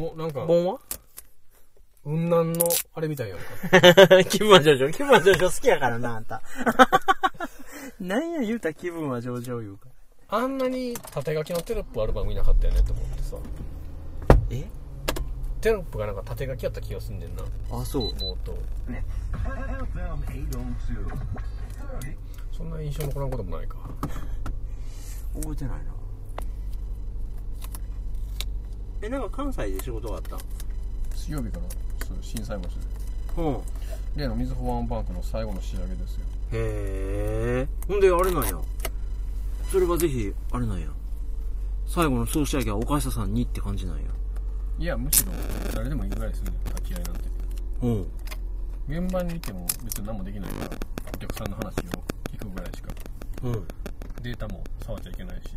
お、なんか、本は雲南の、あれみたいやんか。 気分は上々。気分は上々好きやからな、あんた。 なんや言うたら気分は上々言うから。あんなに縦書きのテロップある番組なかったよねと思ってさ。えテロップがなんか縦書きやった気がすんねんな、あ、そう。冒頭。そんな印象残らんこともないか。覚えてないな。え、なんか関西で仕事があった水曜日かなそう、震災町で。うん。へ例の水保安バンクの最後の仕上げですよ。え。ほんで、あれなんや。それはぜひ、あれなんや。最後の総仕上げは岡下さんにって感じなんや。いや、むしろ、誰でもいいぐらいするねん、掛け合いなんて。うん。現場にいても別に何もできないから、お客さんの話を聞くぐらいしか。うん。データも触っちゃいけないし。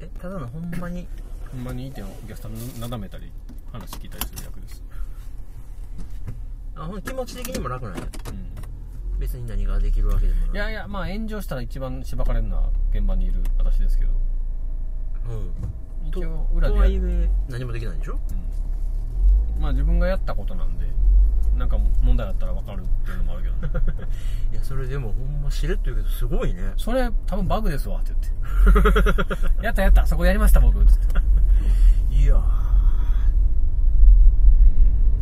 え、ただのほんまに。ほんまにいてお客さんをなだめたり、話聞いたりする役です。あ、ほん気持ち的にも楽なんや。うん。別に何ができるわけでもない。いやいや、まあ炎上したら一番しばかれるのは現場にいる私ですけど、うん。一応と裏でとやはいる、え、何もできないんでしょうんまあ自分がやったことなんで、なんか問題あったら分かるっていうのもあるけどね、 いや、それでもほんましれっと言うけど、すごいね。それ多分バグですわって言 って、やったやった、そこやりました僕って言って、いやー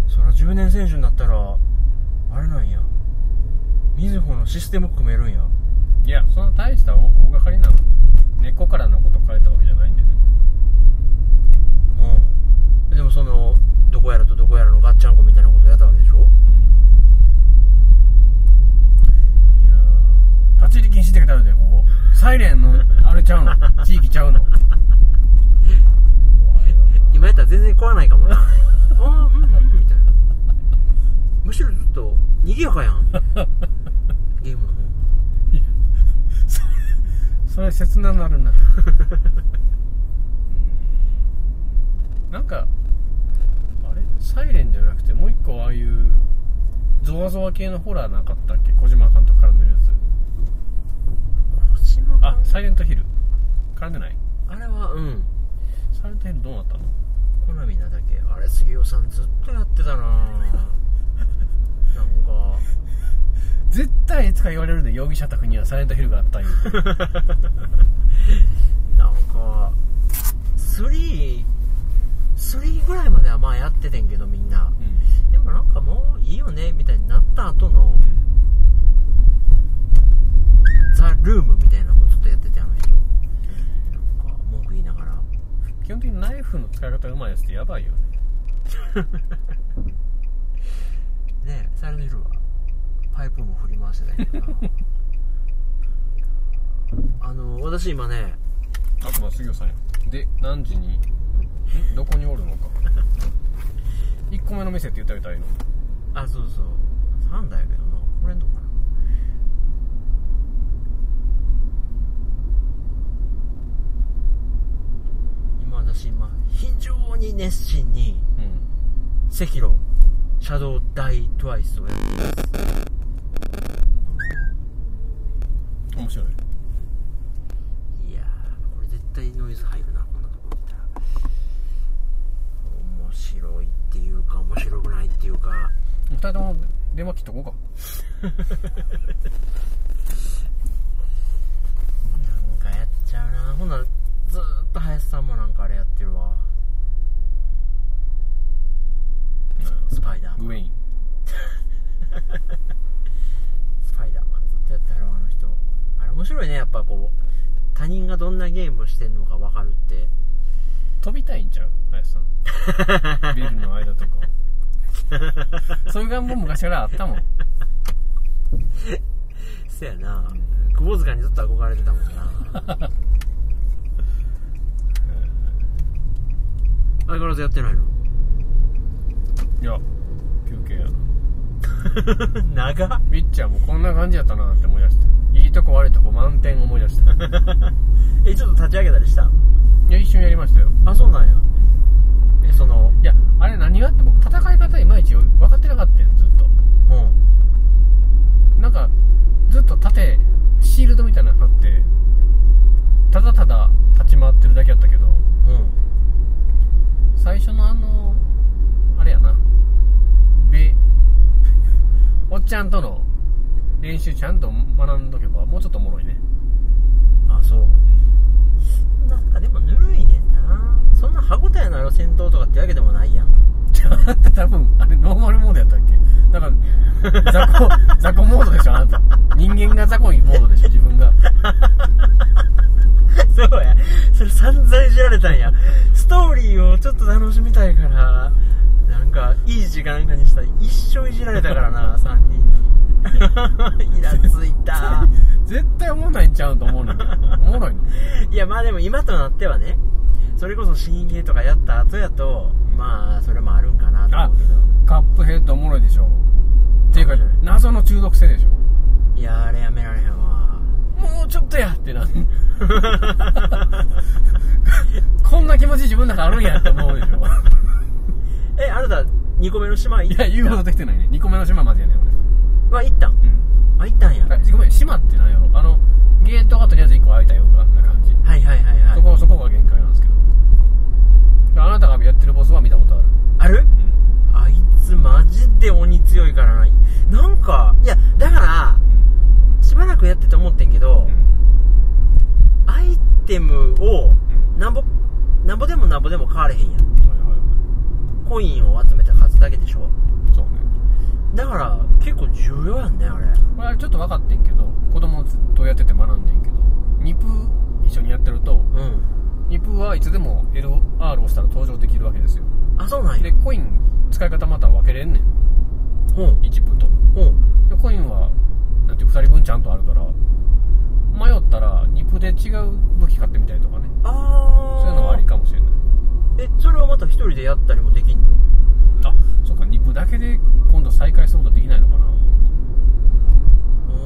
そら10年選手になったらあれなんやみずほのシステム組めるんやいや、そんな大した大掛かりな根っこからのこと変えたわけじゃないんでね、うんでもそのどこやらとどこやらのガッチャンコみたいなことやったわけでしいょやー立ち入り禁止って書いてあるで、ここ、サイレンのあれちゃうの、地域ちゃうの。今やったら全然怖ないかもな あーうんうんみたいなむしろずっと賑やかや んゲームの方それ切ななるななんかあれサイレンじゃなくてもう一個ああいうゾワゾワ系のホラーなかったっけ小島監督絡んでるやつ小島あ君サイレントヒル絡んでないあれはうんサイレントヒルどうなったの好みなだけあれ杉尾さんずっとやってたななんか絶対いつか言われるで容疑者宅にはサイレントヒルがあ ったんよなんか3 3ぐらいまではまあやっててんけどみんなでもなんかもういいよねみたいになった後のザ・ルームみたいなのもずっとやっててあの人なんか文句言いながら基本的にナイフの使い方うまいやつってやばいよねねサイレントヒルはパイプも振り回してたけどなあの私今ねあとは杉尾さんやで何時にどこにおるの か1個目の店って言ってあげたらいいのあそうそう3だやけどなこれんとこかな今私今非常に熱心にうん赤色シャドウダイトワイスをやっています面白いいやーこれ絶対ノイズ入るなこんなとこ来たら面白いっていうか面白くないっていうか二人とも電話切っとこうかなんかやっちゃうなほんならずーっと林さんもなんかあれやってるわスパイダーマングウェインスパイダーマンずっとやったやろあの人あれ面白いねやっぱこう他人がどんなゲームをしてんのか分かるって飛びたいんちゃう林さ んビルの間とかそういう願望昔からあったもんそやな窪塚にずっと憧れてたもんな相変わらずやってないのいや休憩やな 長っみっちゃんもこんな感じやったなって思い出したいいとこ悪いとこ満点思い出したいえちょっと立ち上げたりしたや一瞬やりましたよあそうなんやえそのいやあれ何があって僕戦い方いまいち分かってなかったよずっとうんなんかずっと盾シールドみたいなの貼ってただただ立ち回ってるだけやったけどうん最初の ゃんとの練習ちゃんと学んどけばもうちょっとおもろいねあそうなんかでもぬるいねんなそんな歯応えのある戦闘とかってわけでもないやんちょあんた多分あれノーマルモードやったっけなんか雑魚雑魚モードでしょあなた人間が雑魚にモードでしょ自分が そうやそれ散々いじられたんやストーリーをちょっと楽しみたいからなんかいい時間かにしたら一生いじられたから な3人に イラつい た絶対おもんないんちゃうんと思うのにおもろいのいやまあでも今となってはねそれこそ新芸とかやった後やとまあそれもあるんかなと思うけどカップヘッドおもろいでしょっていうか面白い謎の中毒性でしょいやあれやめられへん わもうちょっとやってなこんな気持ち自分の中あるんやって思うでしょえあなた2個目の島行いったや言うほどできてないね2個目の島までやねんは行ったん俺うんあ行ったんやあごめん島ってなんやろあのゲートがとりあえず1個開いたような感じ、はいはいはいそはいこそこが限界なんですけどあなたがやってるボスは見たことある、あるあいつマジで鬼強いからななんかいやだからしばらくやってて思ってんけど、アイテムをんなんぼなんぼでもなんぼでも買われへんやんはいはいはコインを集めた数だけでしょいそうねだから結構重要やんねあれこれはちょっと分かってんけど子供とやってて学んでんけどニプ一緒にやってるとうんニプはいつでも LR をしたら登場できるわけですよあそうなんやでコイン使い方また分けれんねんほん1分とほんでコインはなんていう2人分ちゃんとあるから迷ったらニプで違う武器買ってみたりとかねああそういうのはありかもしれないえそれはまた一人でやったりもできんのあそうかニプだけで今度再開することできないのかな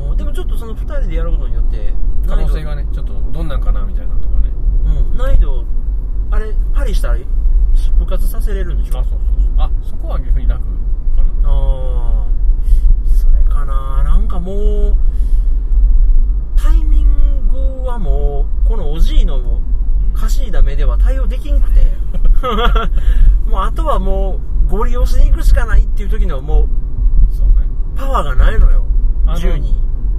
おーでもちょっとその2人でやることによって可能性がねちょっとどんなんかなみたいなのとかねうん難易度あれパリしたら復活させれるんでしょあそうそうそうあそこは逆に楽かなあーそれかななんかもうタイミングはもうこのおじいのかしいだ目では対応できんくて もうあとはもうご利用しに行くしかないっていう時のもうそうねパワーがないのよあの銃に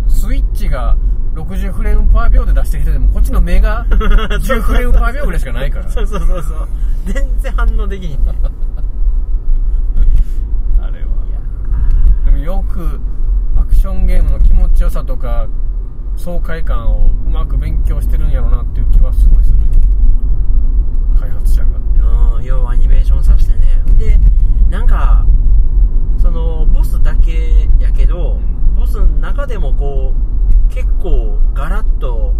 スイッチが60フレームパー秒で出してきててもこっちの目 が10フレームパー秒ぐらいしかないから そうそうそうそう全然反応できひんねあれはでもよくアクションゲームの気持ちよさとか爽快感をうまく勉強してるんやろなっていう気はすごいする開発者がうん要はアニメーションさせてねでなんかそのボスだけやけど、うんボスの中でもこう結構ガラッと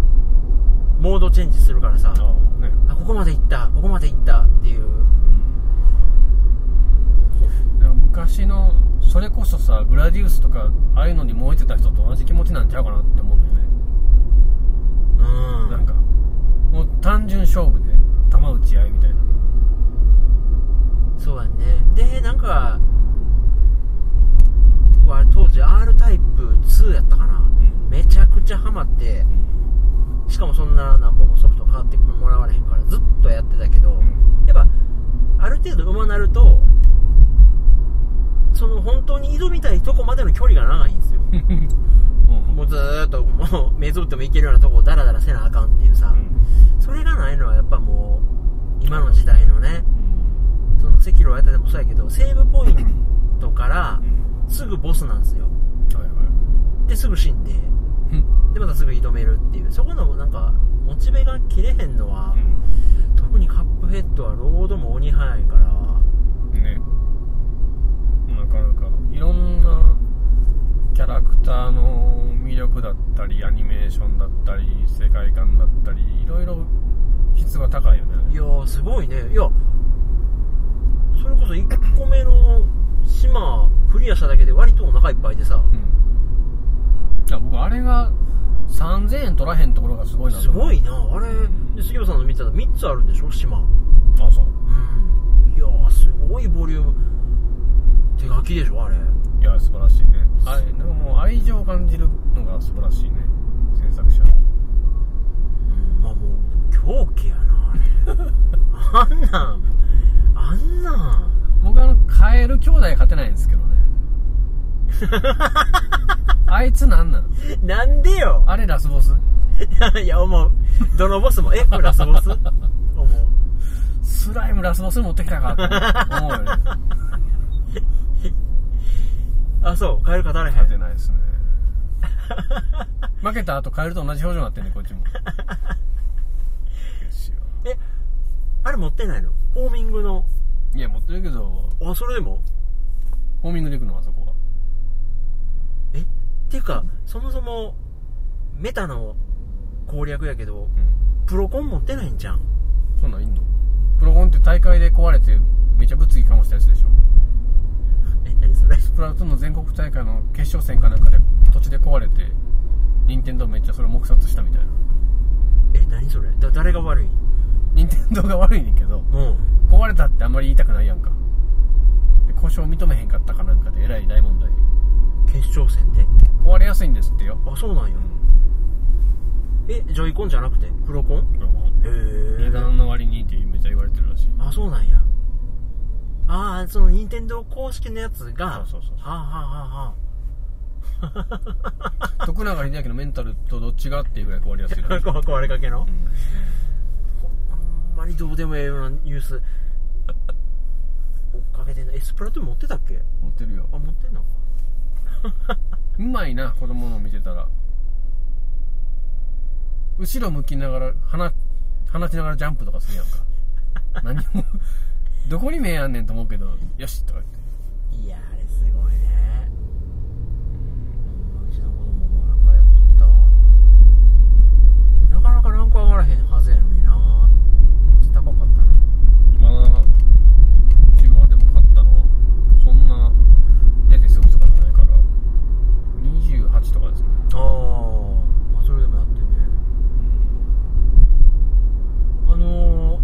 モードチェンジするからさああねあここまで行ったここまで行ったっていうでも昔のそれこそさグラディウスとかああいうのに燃えてた人と同じ気持ちなんちゃうかなって思うんだよね、うんなんかもう単純勝負で弾打ち合いみたいなそうやねでなんか僕あれ当時 R タイプ2やったかな、んめちゃくちゃハマってしかもそんな何本もソフト買ってもらわれへんからずっとやってたけど、うんやっぱある程度馬なるとその本当に挑みたいとこまでの距離が長いんですようんもうずーっともう目つぶってもいけるようなとこをダラダラせなあかんっていうさ、それがないのはやっぱもう今の時代のねその赤炉やったでもそうやけどセーブポイントからすぐボスなんですよはいはですぐ死んでいでまたすぐ挑めるっていうそこのなんかモチベが切れへんのは、特にカップヘッドはロードも鬼早いからうんねなかなかいろんなキャラクターの魅力だったりアニメーションだったり世界観だったりいろいろ質が高いよねいやーすごいねいやそれこそ1個目の島クリアしただけで割とお腹いっぱいでさうん、いや僕あれが3000円取らへんところがすごいなすと思うごいなあれで杉浦さんの見てたら3つあるんでしょ島あそううんいやーすごいボリューム手書きでしょあれいや素晴らしいねあれなんかもう愛情を感じるのが素晴らしいね制作者うんまあもう狂気やなあれ あんなんあんなん 僕あのカエル兄弟勝てないんですけどねあいつなんなんなんでよ あれラスボスいや思うどのボスもえこれラスボス思うスライムラスボス持ってきた かって思うよねあそうカエル勝たれへ勝てんないですね負けた後カエルと同じ表情になってんねこっちもですよえあれ持ってないのホーミングのいや持ってるけどあそれでもホーミングで行くのあそこはえっていうかそもそもメタの攻略やけどうんプロコン持ってないんじゃんそんなんいんのプロゴンって大会で壊れてめっちゃ物議かもしたやつでしょえ何それスプラトゥーンの全国大会の決勝戦かなんかで土地で壊れて任天堂めっちゃそれ黙殺したみたいなえ何それだ誰が悪い任天堂が悪いねんけどうん壊れたってあんまり言いたくないやんかで故障認めへんかったかなんかでえらい大問題決勝戦で壊れやすいんですってよあそうなんやえジョイコンじゃなくてプロコンプロゴンへえ値段の割にってめっちゃ言われてるらしいあそうなんやああその任天堂公式のやつがそうそうそうそうはあ は徳永英明のメンタルとどっちが っていうぐらい壊れやすいあはらあしいはあ壊れかけの、うんあんまりどうでもええようなニュース追っかけてんのえスプラトゥーン持ってたっけ持ってるよあ持ってんのうまいな子供の見てたら後ろ向きながら放放ちながらジャンプとかするやんか何もどこに目あんねんと思うけどよしとか言っていやあれすごいねうちの子供もなんかやっとったわなかなかランク上がらへんはずやのになめっちゃ高かったなまあうちはでも勝ったのはそんな出てすぐとかじゃないから28とかですねああまあそれでもやってねあのー、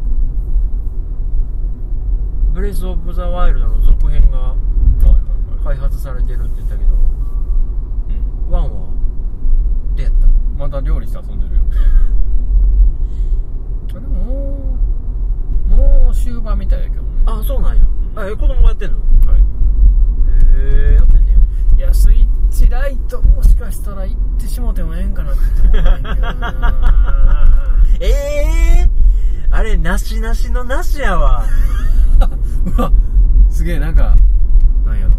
ブレス・オブ・ザ・ワイルドの続編がはいはいはい開発されてるって言ったけどうんワンはどうやったまた料理して遊んでる よあでももうもう終盤みたいやけどねあそうなんや、んあえ子供がやってんのはいへえやってんねやいやスイッチライトもしかしたら行ってしもうてもええんかなって思うんだけどなええー、あれなしなしのなしやわ うわすげえなんかなんやろ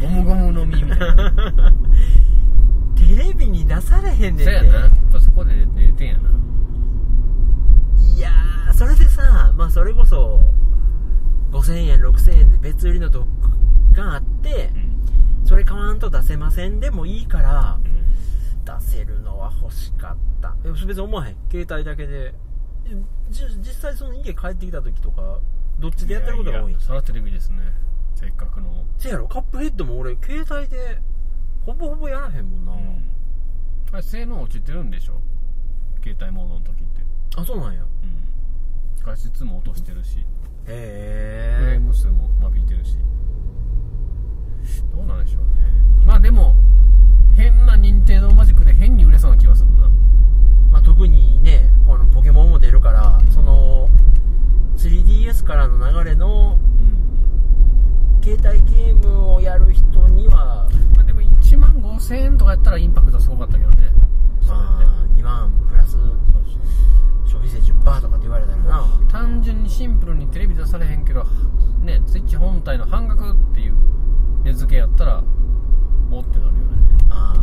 ゴムゴムの実みたいな テレビに出されへんねんそでやなやっぱそこで出てんやないやーそれでさまあそれこそ5000円6000円で別売りのドックがあってそれ買わんと出せませんでもいいから出せるのは欲しかったいや別に思わへん携帯だけでじ実際その家帰ってきた時とかどっちでやってることが多いややそらテレビですねせっかくのせやろカップヘッドも俺携帯でほぼほぼやらへんもんな、あれ性能落ちてるんでしょ携帯モードの時ってあそうなんや画質も落としてるしフレーへえム数もまびいてるしどうなんでしょうねまあでも変な認定のマジックで変に売れそうな気はするなまあ、特にねこのポケモンも出るからその 3DS からの流れのうん、携帯ゲームをやる人にはまあ、でも1万5000円とかやったらインパクトすごかったけどねそれでまあ2万プラスそうそう消費税10%とかって言われたらな単純にシンプルにテレビ出されへんけどねスイッチ本体の半額っていう値付けやったらおってなるよねあ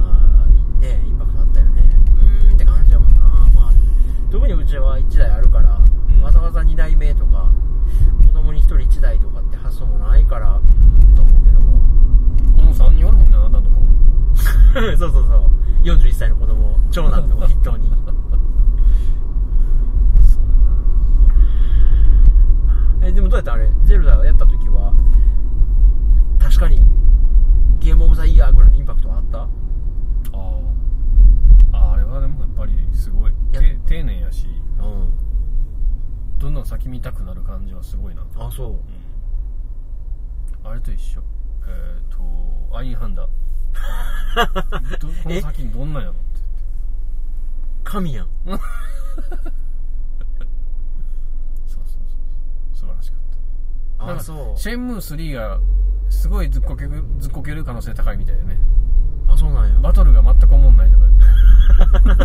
ーねインパクトあったよねうーんって感じやもんなまあ特にうちは1台あるかうら、んわざわざ2台目とか子供に1人1台とかって発想もないからと思うけどもこの3人おるもんねあなたのとこ そうそうそう41歳の子供長男の子筆頭 にえでもどうやったあれゼルダやった時は確かにゲームオブザイヤーぐらいのインパクトはあったああああれはでもやっぱりすごいやて丁寧やしうんどんどん先見たくなる感じはすごいなあそうあれと一緒えっ、とアインハンダどこの先にどんなんやろって神やんそうそうそう素晴らしかったなんあかそうシェンムー3がすごいずっこけるずっこける可能性高いみたいだねあそうなんやバトルが全く思んないとか 言って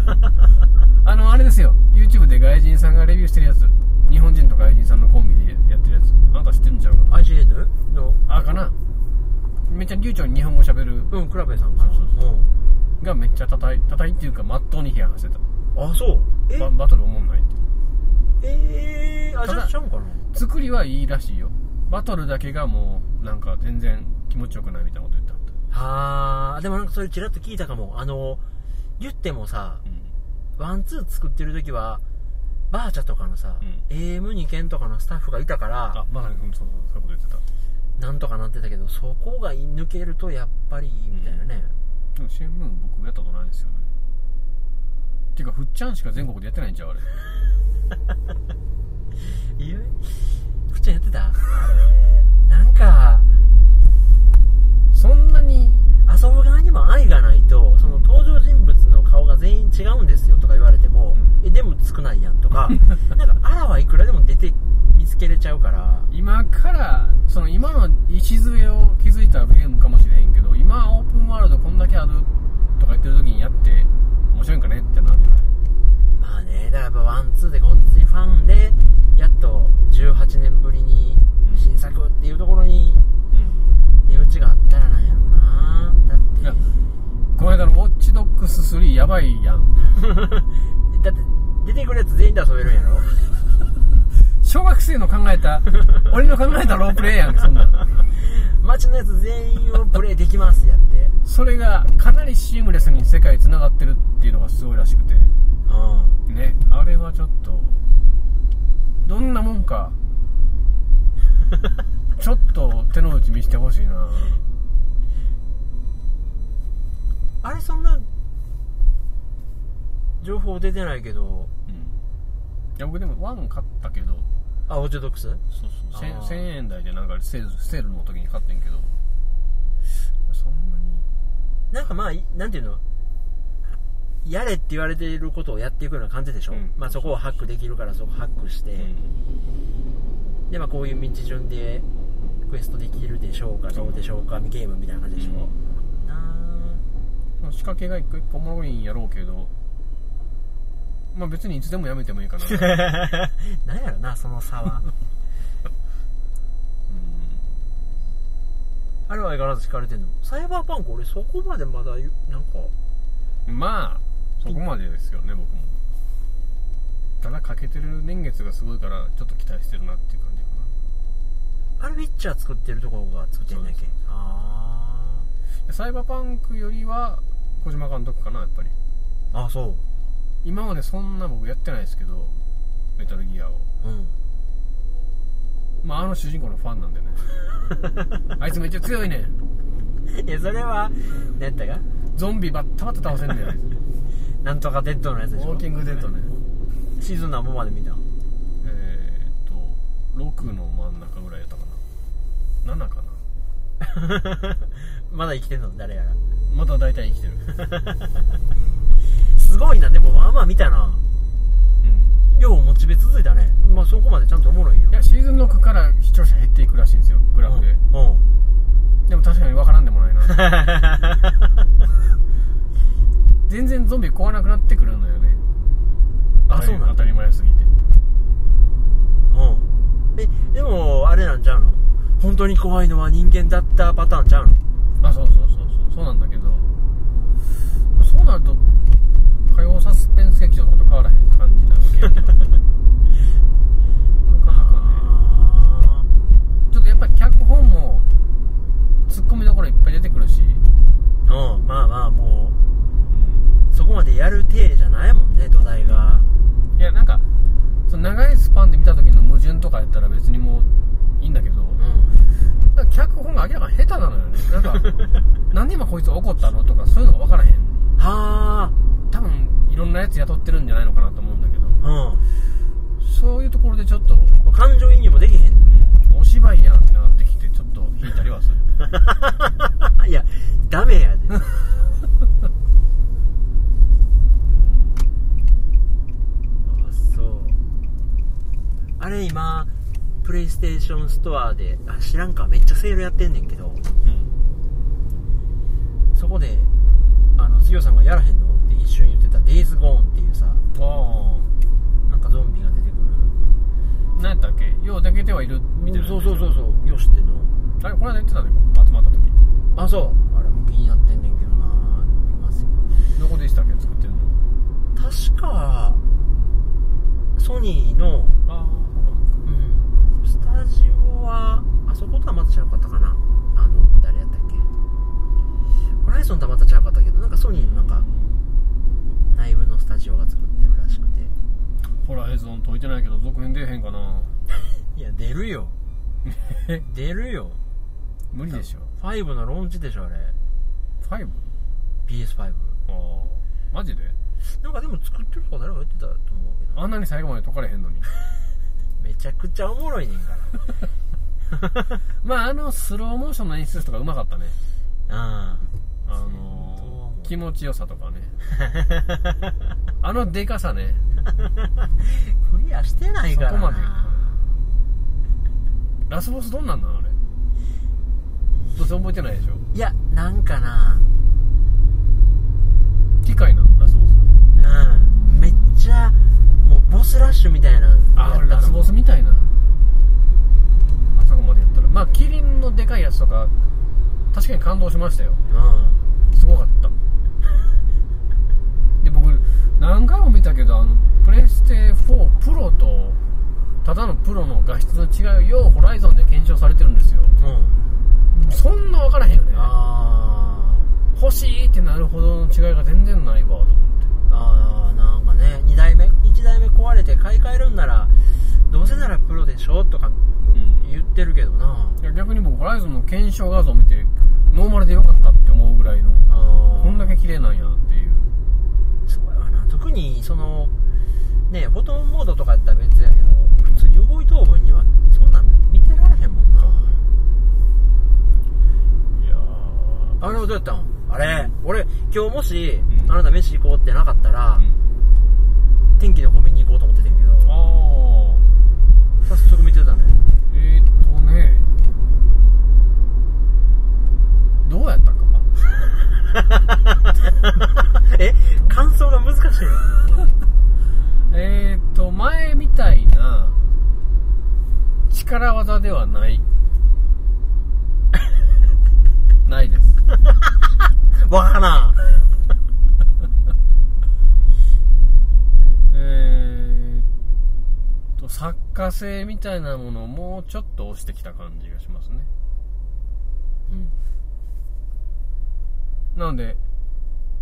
あのあれですよ YouTube で外人さんがレビューしてるやつ日本人と外人さんのコンビでやってるやつあなた知ってるんちゃうかな IGN のあかなめっちゃ流暢に日本語喋るうんクラベさんかなそうそうがめっちゃ叩い叩いっていうかまっとうに批判してたうんあそうババトル思んないってええー、あじたゃだあちゃうんかな作りはいいらしいよバトルだけがもうなんか全然気持ちよくないみたいなこと言ってあったはあでもなんかそれちらっと聞いたかもあの言ってもさうワンツー作ってる時はバーチャとかのさ、うん AM2 件とかのスタッフがいたかんらあまさにうんそうそうそういうこと言ってたなんとかなってたけどそこが抜けるとやっぱりみたいなね、でも新聞僕やったことないですよねていうかふっちゃんしか全国でやってないんちゃうあれい やふっちゃんやってたあれなんか そんなに遊ぶ側にも愛がないとその登場人物の顔が全員違うんですよとか言われても、うんえでも少ないやん とかなんかあらはいくらでも出て見つけれちゃうから今からその今の礎を築いたゲームかもしれへんけど今オープンワールドこんだけあるとか言ってる時にやって面白いんかねってなるよねまあねだからやっぱワンツーでごっついファンでやっと18年ぶりにうん新作っていうところにうん値打ちがあったらなんやろうなだっていやこの間のウォッチドックス3やばいやん だって出てくるやつ全員で遊べるんや ろ小学生の考え た俺の考えたロープレイやんそんなん街のやつ全員をプレイできますやってそれがかなりシームレスに世界つながってるっていうのがすごいらしくてうねあれはちょっとどんなもん かちょっと手の内見してほしいなんあれそんな情報出てないけどうんいや僕でも1買ったけどあオーチョドックスそうそうあ 1000, ー円台でなんかセールセールの時に買ってんけどそんなになんかまあいなんていうのやれって言われていることをやっていくような感じでしょ、うんまあ、そこをハックできるからそこハックして、うんでまあこういう道順でクエストできるでしょうかどうでしょうかゲームみたいな感じでしょ、な仕掛けが一個一個おもろいんやろうけどまあ別にいつでもやめてもいいかな うんあなんやろなその差 はあれは相変わらず引かれてんのサイバーパンク俺そこまでまだ言うなんかまあそこまでですよね僕もただ欠けてる年月がすごいからちょっと期待してるなっていう感じかあれウィッチャー作ってるところが作ってんだっそうけですあないやサイバーパンクよりは小島監督かなやっぱりーあそ今までそんな僕やってないですけどメタルギアをううん まああの主人公のファンなんで ねあいつめっちゃ強いねんいやそれは何やったかゾンビバッタバッタ倒せん ねんあいつなんとかデッドのやつウでしょォーキングデッドねシーズン何本まで見たえー、っと6の真ん中ぐらいやったかな7かな まだ生きてんの誰やらまた大体生きて るすごいなでもまあまあ見たなうんようモチベ続いたねまあそこまでちゃんとおもろいよいやシーズン6から視聴者減っていくらしいんですよグラフで、うん うんでも確かに分からんでもないな 全然ゾンビ壊なくなってくるのよねあそうなの当たり前すぎてうんえでもあれなんちゃうの本当に怖いのは人間だったパターンちゃうのあそうそうそうそうそうなんだけどそうなると火曜サスペンス劇場とかと変わらへん感じなわけ やけどなかなかねあちょっとやっぱり脚本もツッコミどころいっぱい出てくるし、ーうんまあまあもうそこまでやる手じゃないもんね土台がいやなんかその長いスパンで見た時の矛盾とかやったら別にもういいんだけど、うんなんか脚本が明らかに下手なのよねなん かなんで今こいつ怒ったのとかそういうのが分からへんはあ多分いろんなやつ雇ってるんじゃないのかなと思うんだけどうんもそういうところでちょっとう感情移入もできへんのお芝居やんってなってきてちょっと引いたりはする いやダメやで あそうあれ今プレイステーションストアであ知らんかめっちゃセールやってんねんけどうんそこであの杉尾さんがやらへんのって一瞬言ってた「Days Gone」っていうさあなんかゾンビが出てくあ何やったっけようできてはいるみたいるなそうそうそうそうよしってんのあれこの間言ってたで集まった時あそうあれも気になってんねんけどな見ますよどこでしたっけ作ってるの確かソニーの、あうん、スタジオはあそことはまたちゃうかったかなあの誰やったっけホライゾンとはまたちゃうかったけどなんかソニーのなんか内部のスタジオが作ってるらしくてホライゾン解いてないけど続編出えへんかないや出る よ出るよ無理でしょ5のローンチでしょあれ 5? PS5 ああマジでなんかでも作ってるとか誰が言ってたと思うけどあんなに最後まで解かれへ んのにめちゃくちゃおもろいねんから まああのスローモーションの演出とかうまかったねああそう思のうー、気持ちよさとか ねあのでかさねクリアしてないからなそこまでラスボスどんなんなんあれどうせ覚えてないでしょいやなんかな機械なラスボスうんめっちゃもうボスラッシュみたいなやったあのラスボスみたいなあそこまでやったらまあキリンのでかいやつとか確かに感動しましたようんすごか ったで僕何回も見たけどあのプレステ4プロとただのプロの画質の違いをホライゾンで検証されてるんですようんそんな分からへんよねあ欲しいってなるほどの違いが全然ないわと思ってーあーなんかね2代目1代目壊れて買い替えるんならどうせならプロでしょとか言ってるけどな、いや逆に僕ホライゾンの検証画像見てノーマルでよかったって思うぐらいのあーこんだけ綺麗なんやっていうそうやわな特にそのねフォトモードとかやったら別やけど普通に動いとう分にはそんなん見てられへんもんなそういやあれはどうやったんあれ俺今日もし、うんあなた飯行こうってなかったら、うん天気の子見に行こうと思っててんけどあ早速見てたねあえー、っとねどうやったか え感想が難しいのえー、っと前みたいな力技ではない ないですわからんえーっと作家性みたいなものをもうちょっと押してきた感じがしますねなので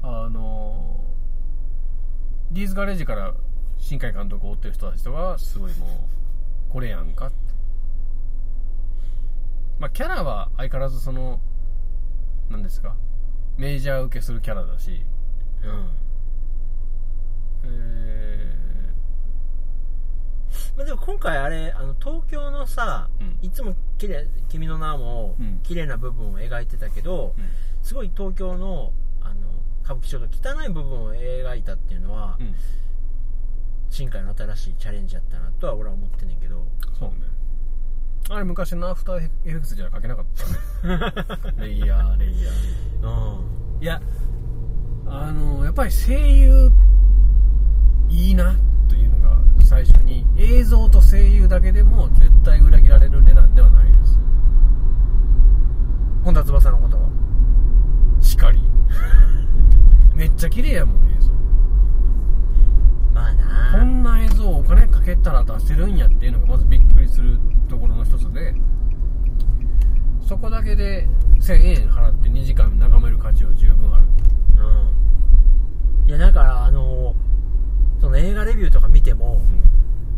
あのリーズガレージから新海監督を追ってる人たちとかはすごいもうこれやんかってまあキャラは相変わらずその何ですかメジャー受けするキャラだしうんえまあでも今回あれあの東京のさ、うんいつも綺麗君の名もうん綺麗な部分を描いてたけど、ーすごい東京のあの歌舞伎町の汚い部分を描いたっていうのは、うん、うん、新海の新しいチャレンジやったなとは俺は思ってんねんけどそうねあれ昔のアフターエフェクスじゃ書けなかったねレイヤーレイヤーうんいやあのやっぱり声優いいなというのが最初に映像と声優だけでも絶対裏切られる値段ではないです本田翼のことはしかりめっちゃ綺麗やもん映像まあこなんな映像をお金かけたら出せるんやっていうのがまずびっくりするところの一つでそこだけで1000円払って2時間眺める価値は十分あるうんいやだからあのその映画レビューとか見ても、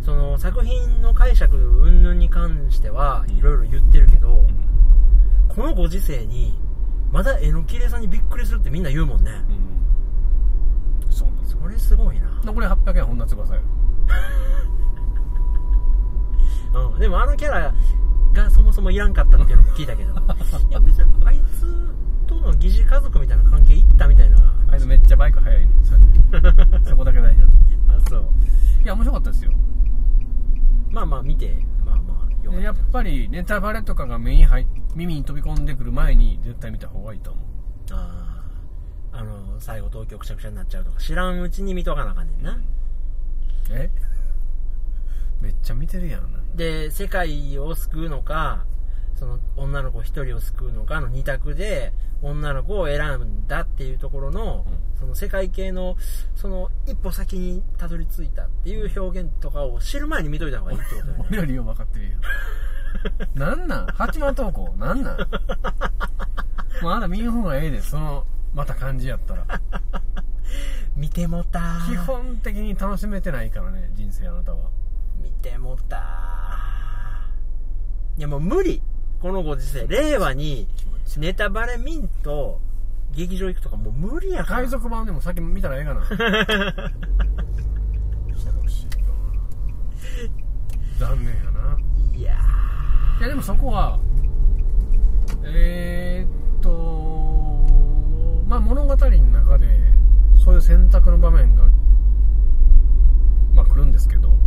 うその作品の解釈云々に関してはいろいろ言ってるけど、このご時世にまだ絵の綺麗さにびっくりするってみんな言うもんね、ん、そうなんですよそれすごいな、これ800円本田翼ようん、でもあのキャラがそもそもいらんかったっていうのも聞いた けどいや別にあいつとの疑似家族みたいな関係いったみたいなあいつめっちゃバイク速 いねそそこだけ大事なとこ あそういや面白かったですよまあまあ見てまあまあよかでったやっぱりネタバレとかが目に入っ耳に飛び込んでくる前に絶対見た方がいいと思うあーあの最後東京くしゃくしゃになっちゃうとか知らんうちに見とかなあかんねんな、えめっちゃ見てるやんなんかで世界を救うのかその女の子一人を救うのかの二択で女の子を選んだっていうところの、うその世界系のその一歩先にたどり着いたっていう表現とかを知る前に見といた方がいいってことだよね俺よりよう分かってるよなんなん八幡投稿なんなんもうあなた見ん方がええでそのまた感じやったら 見てもたー基本的に楽しめてないからね人生あなたは見てもたーいやもう無理このご時世令和にネタバレミンと劇場行くとかもう無理やから海賊版でも先見たらええかな残念やないやいやでもそこはえー、っとまあ物語の中でそういう選択の場面がまあ来るんですけどーうん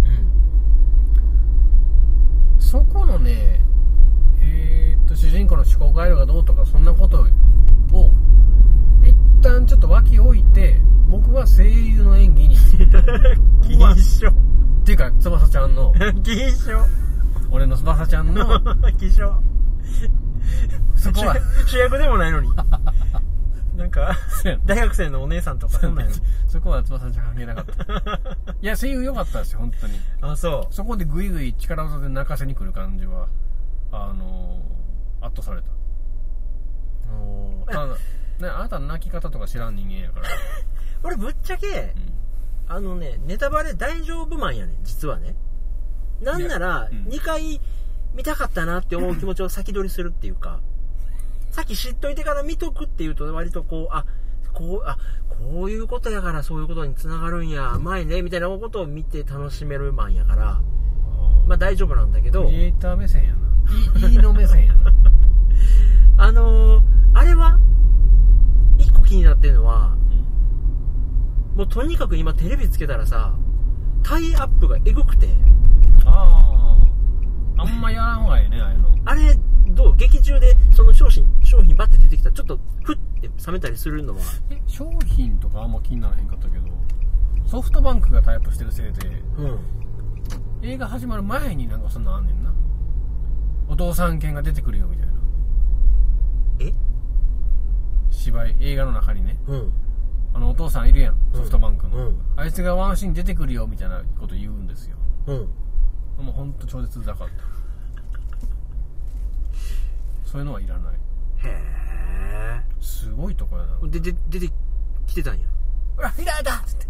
そこのねえー、っと主人公の思考回路がどうとかそんなことを一旦ちょっと脇置いて僕は声優の演技にうわっ気象ていうか翼ちゃんの気 象俺の翼ちゃん の気象そこは主役でもない のになんかそうやな大学生のお姉さんとかそんなんやそこは翼ちゃん関係なかったろいや声優良かったですよ本当にあそそこでグイグイ力技で泣かせに来る感じはあのー、圧倒されたうおーあ,、ね、あなたの泣き方とか知らん人間やから、俺ぶっちゃけあのね、ネタバレ大丈夫マンやねん、実はね。なんないやら、うん2回見たかったなって思う気持ちを先取りするってい うか、先知っといてから見とくっていうと、割とこう、あ、こう、あ、こういうことやからそういうことにつながるんや、うまいね、みたいなことを見て楽しめるマンやから、うんまあ大丈夫なんだけどク、リエイター目線やないいいの目線やなあのー、あれは一個気になってるのは、もうとにかく今テレビつけたらさ、タイアップがエグくて、あああんまやらんほうがいいねああいうのあれ、どう劇中で、その商品、商品バッて出てきたら、ちょっと、ふって冷めたりするのは、え商品とかあんま気にならへんかったけどソフトバンクがタイアップしてるせいでうん。映画始まる前になんかそんなんあんねんなお父さん犬が出てくるよみたいなえ芝居映画の中にねうん。あのお父さんいるやんうんソフトバンクの、うんあいつがワンシーン出てくるよみたいなこと言うんですようん。もうほんと超絶うざかったそういうのはいらないへすごいとこやなえ。で、で、出てきてたんや。うわいらだっつって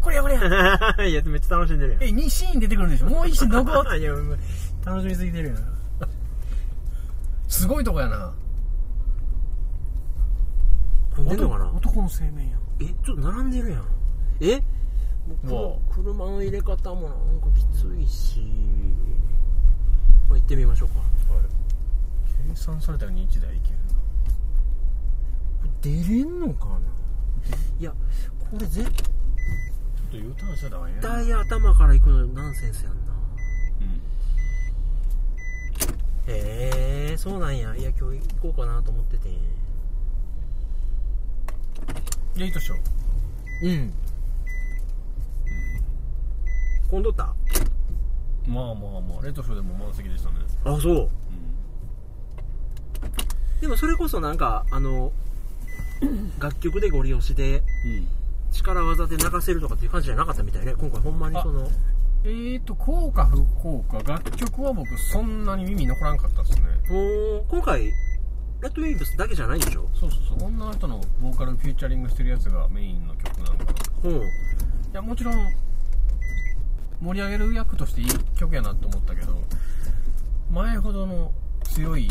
これやこれやいや、めっちゃ楽しんでるや ん。え2シーン出てくるんでしょもう1シーンどこいや、もう楽しみすぎてるやん。 すごいとこやな混んでんのかな男男の製麺やんえ、ちょっと並んでるやん。えももう、車の入れ方もなんかきついし。まあ、行ってみましょうか。計算されたように1台いけるな出れんのかないや、これちょ絶っと U ターンしたらダメやな対頭から行くのナンセンスやんな。うんへえそうなんやいや今日行こうかなと思っててレイトショーうん混んどったまあまあまあレイトショーでも満席でしたねあそううでもそれこそなんかあ の楽曲でご利用しん、でうん力技で泣かせるとかっていう感じじゃなかったみたいね今回ほんまにそのえーと、効果不効果、楽曲は僕そんなに耳残らんかったですね。お今回レッドウェイブスだけじゃないでしょそうそうそう、女の人のボーカルフューチャリングしてるやつがメインの曲なのかな。いうんや、もちろん、盛り上げる役としていい曲やなと思ったけど、前ほどの強い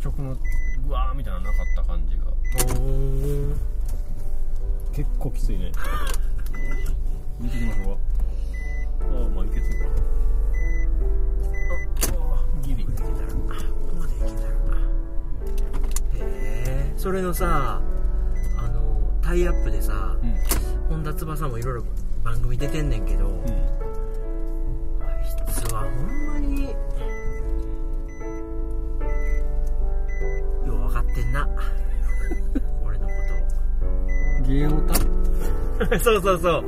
曲の、うわーみたいなのなかった感じが。お結構きついね。見てきましょうか。ああ、まあいけそうか。ギリ。いけたらあここまでいけたらへえそれのさあのタイアップでさ、うん。本田翼もいろいろ番組出てんねんけど、うん。あいつはほんまに そうそうそう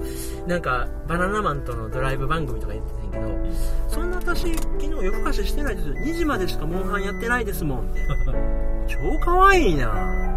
なんかバナナマンとのドライブ番組とか言ってたんやけどそんな私昨日夜更かししてないです2時までしかモンハンやってないですもんみたいな超可愛いな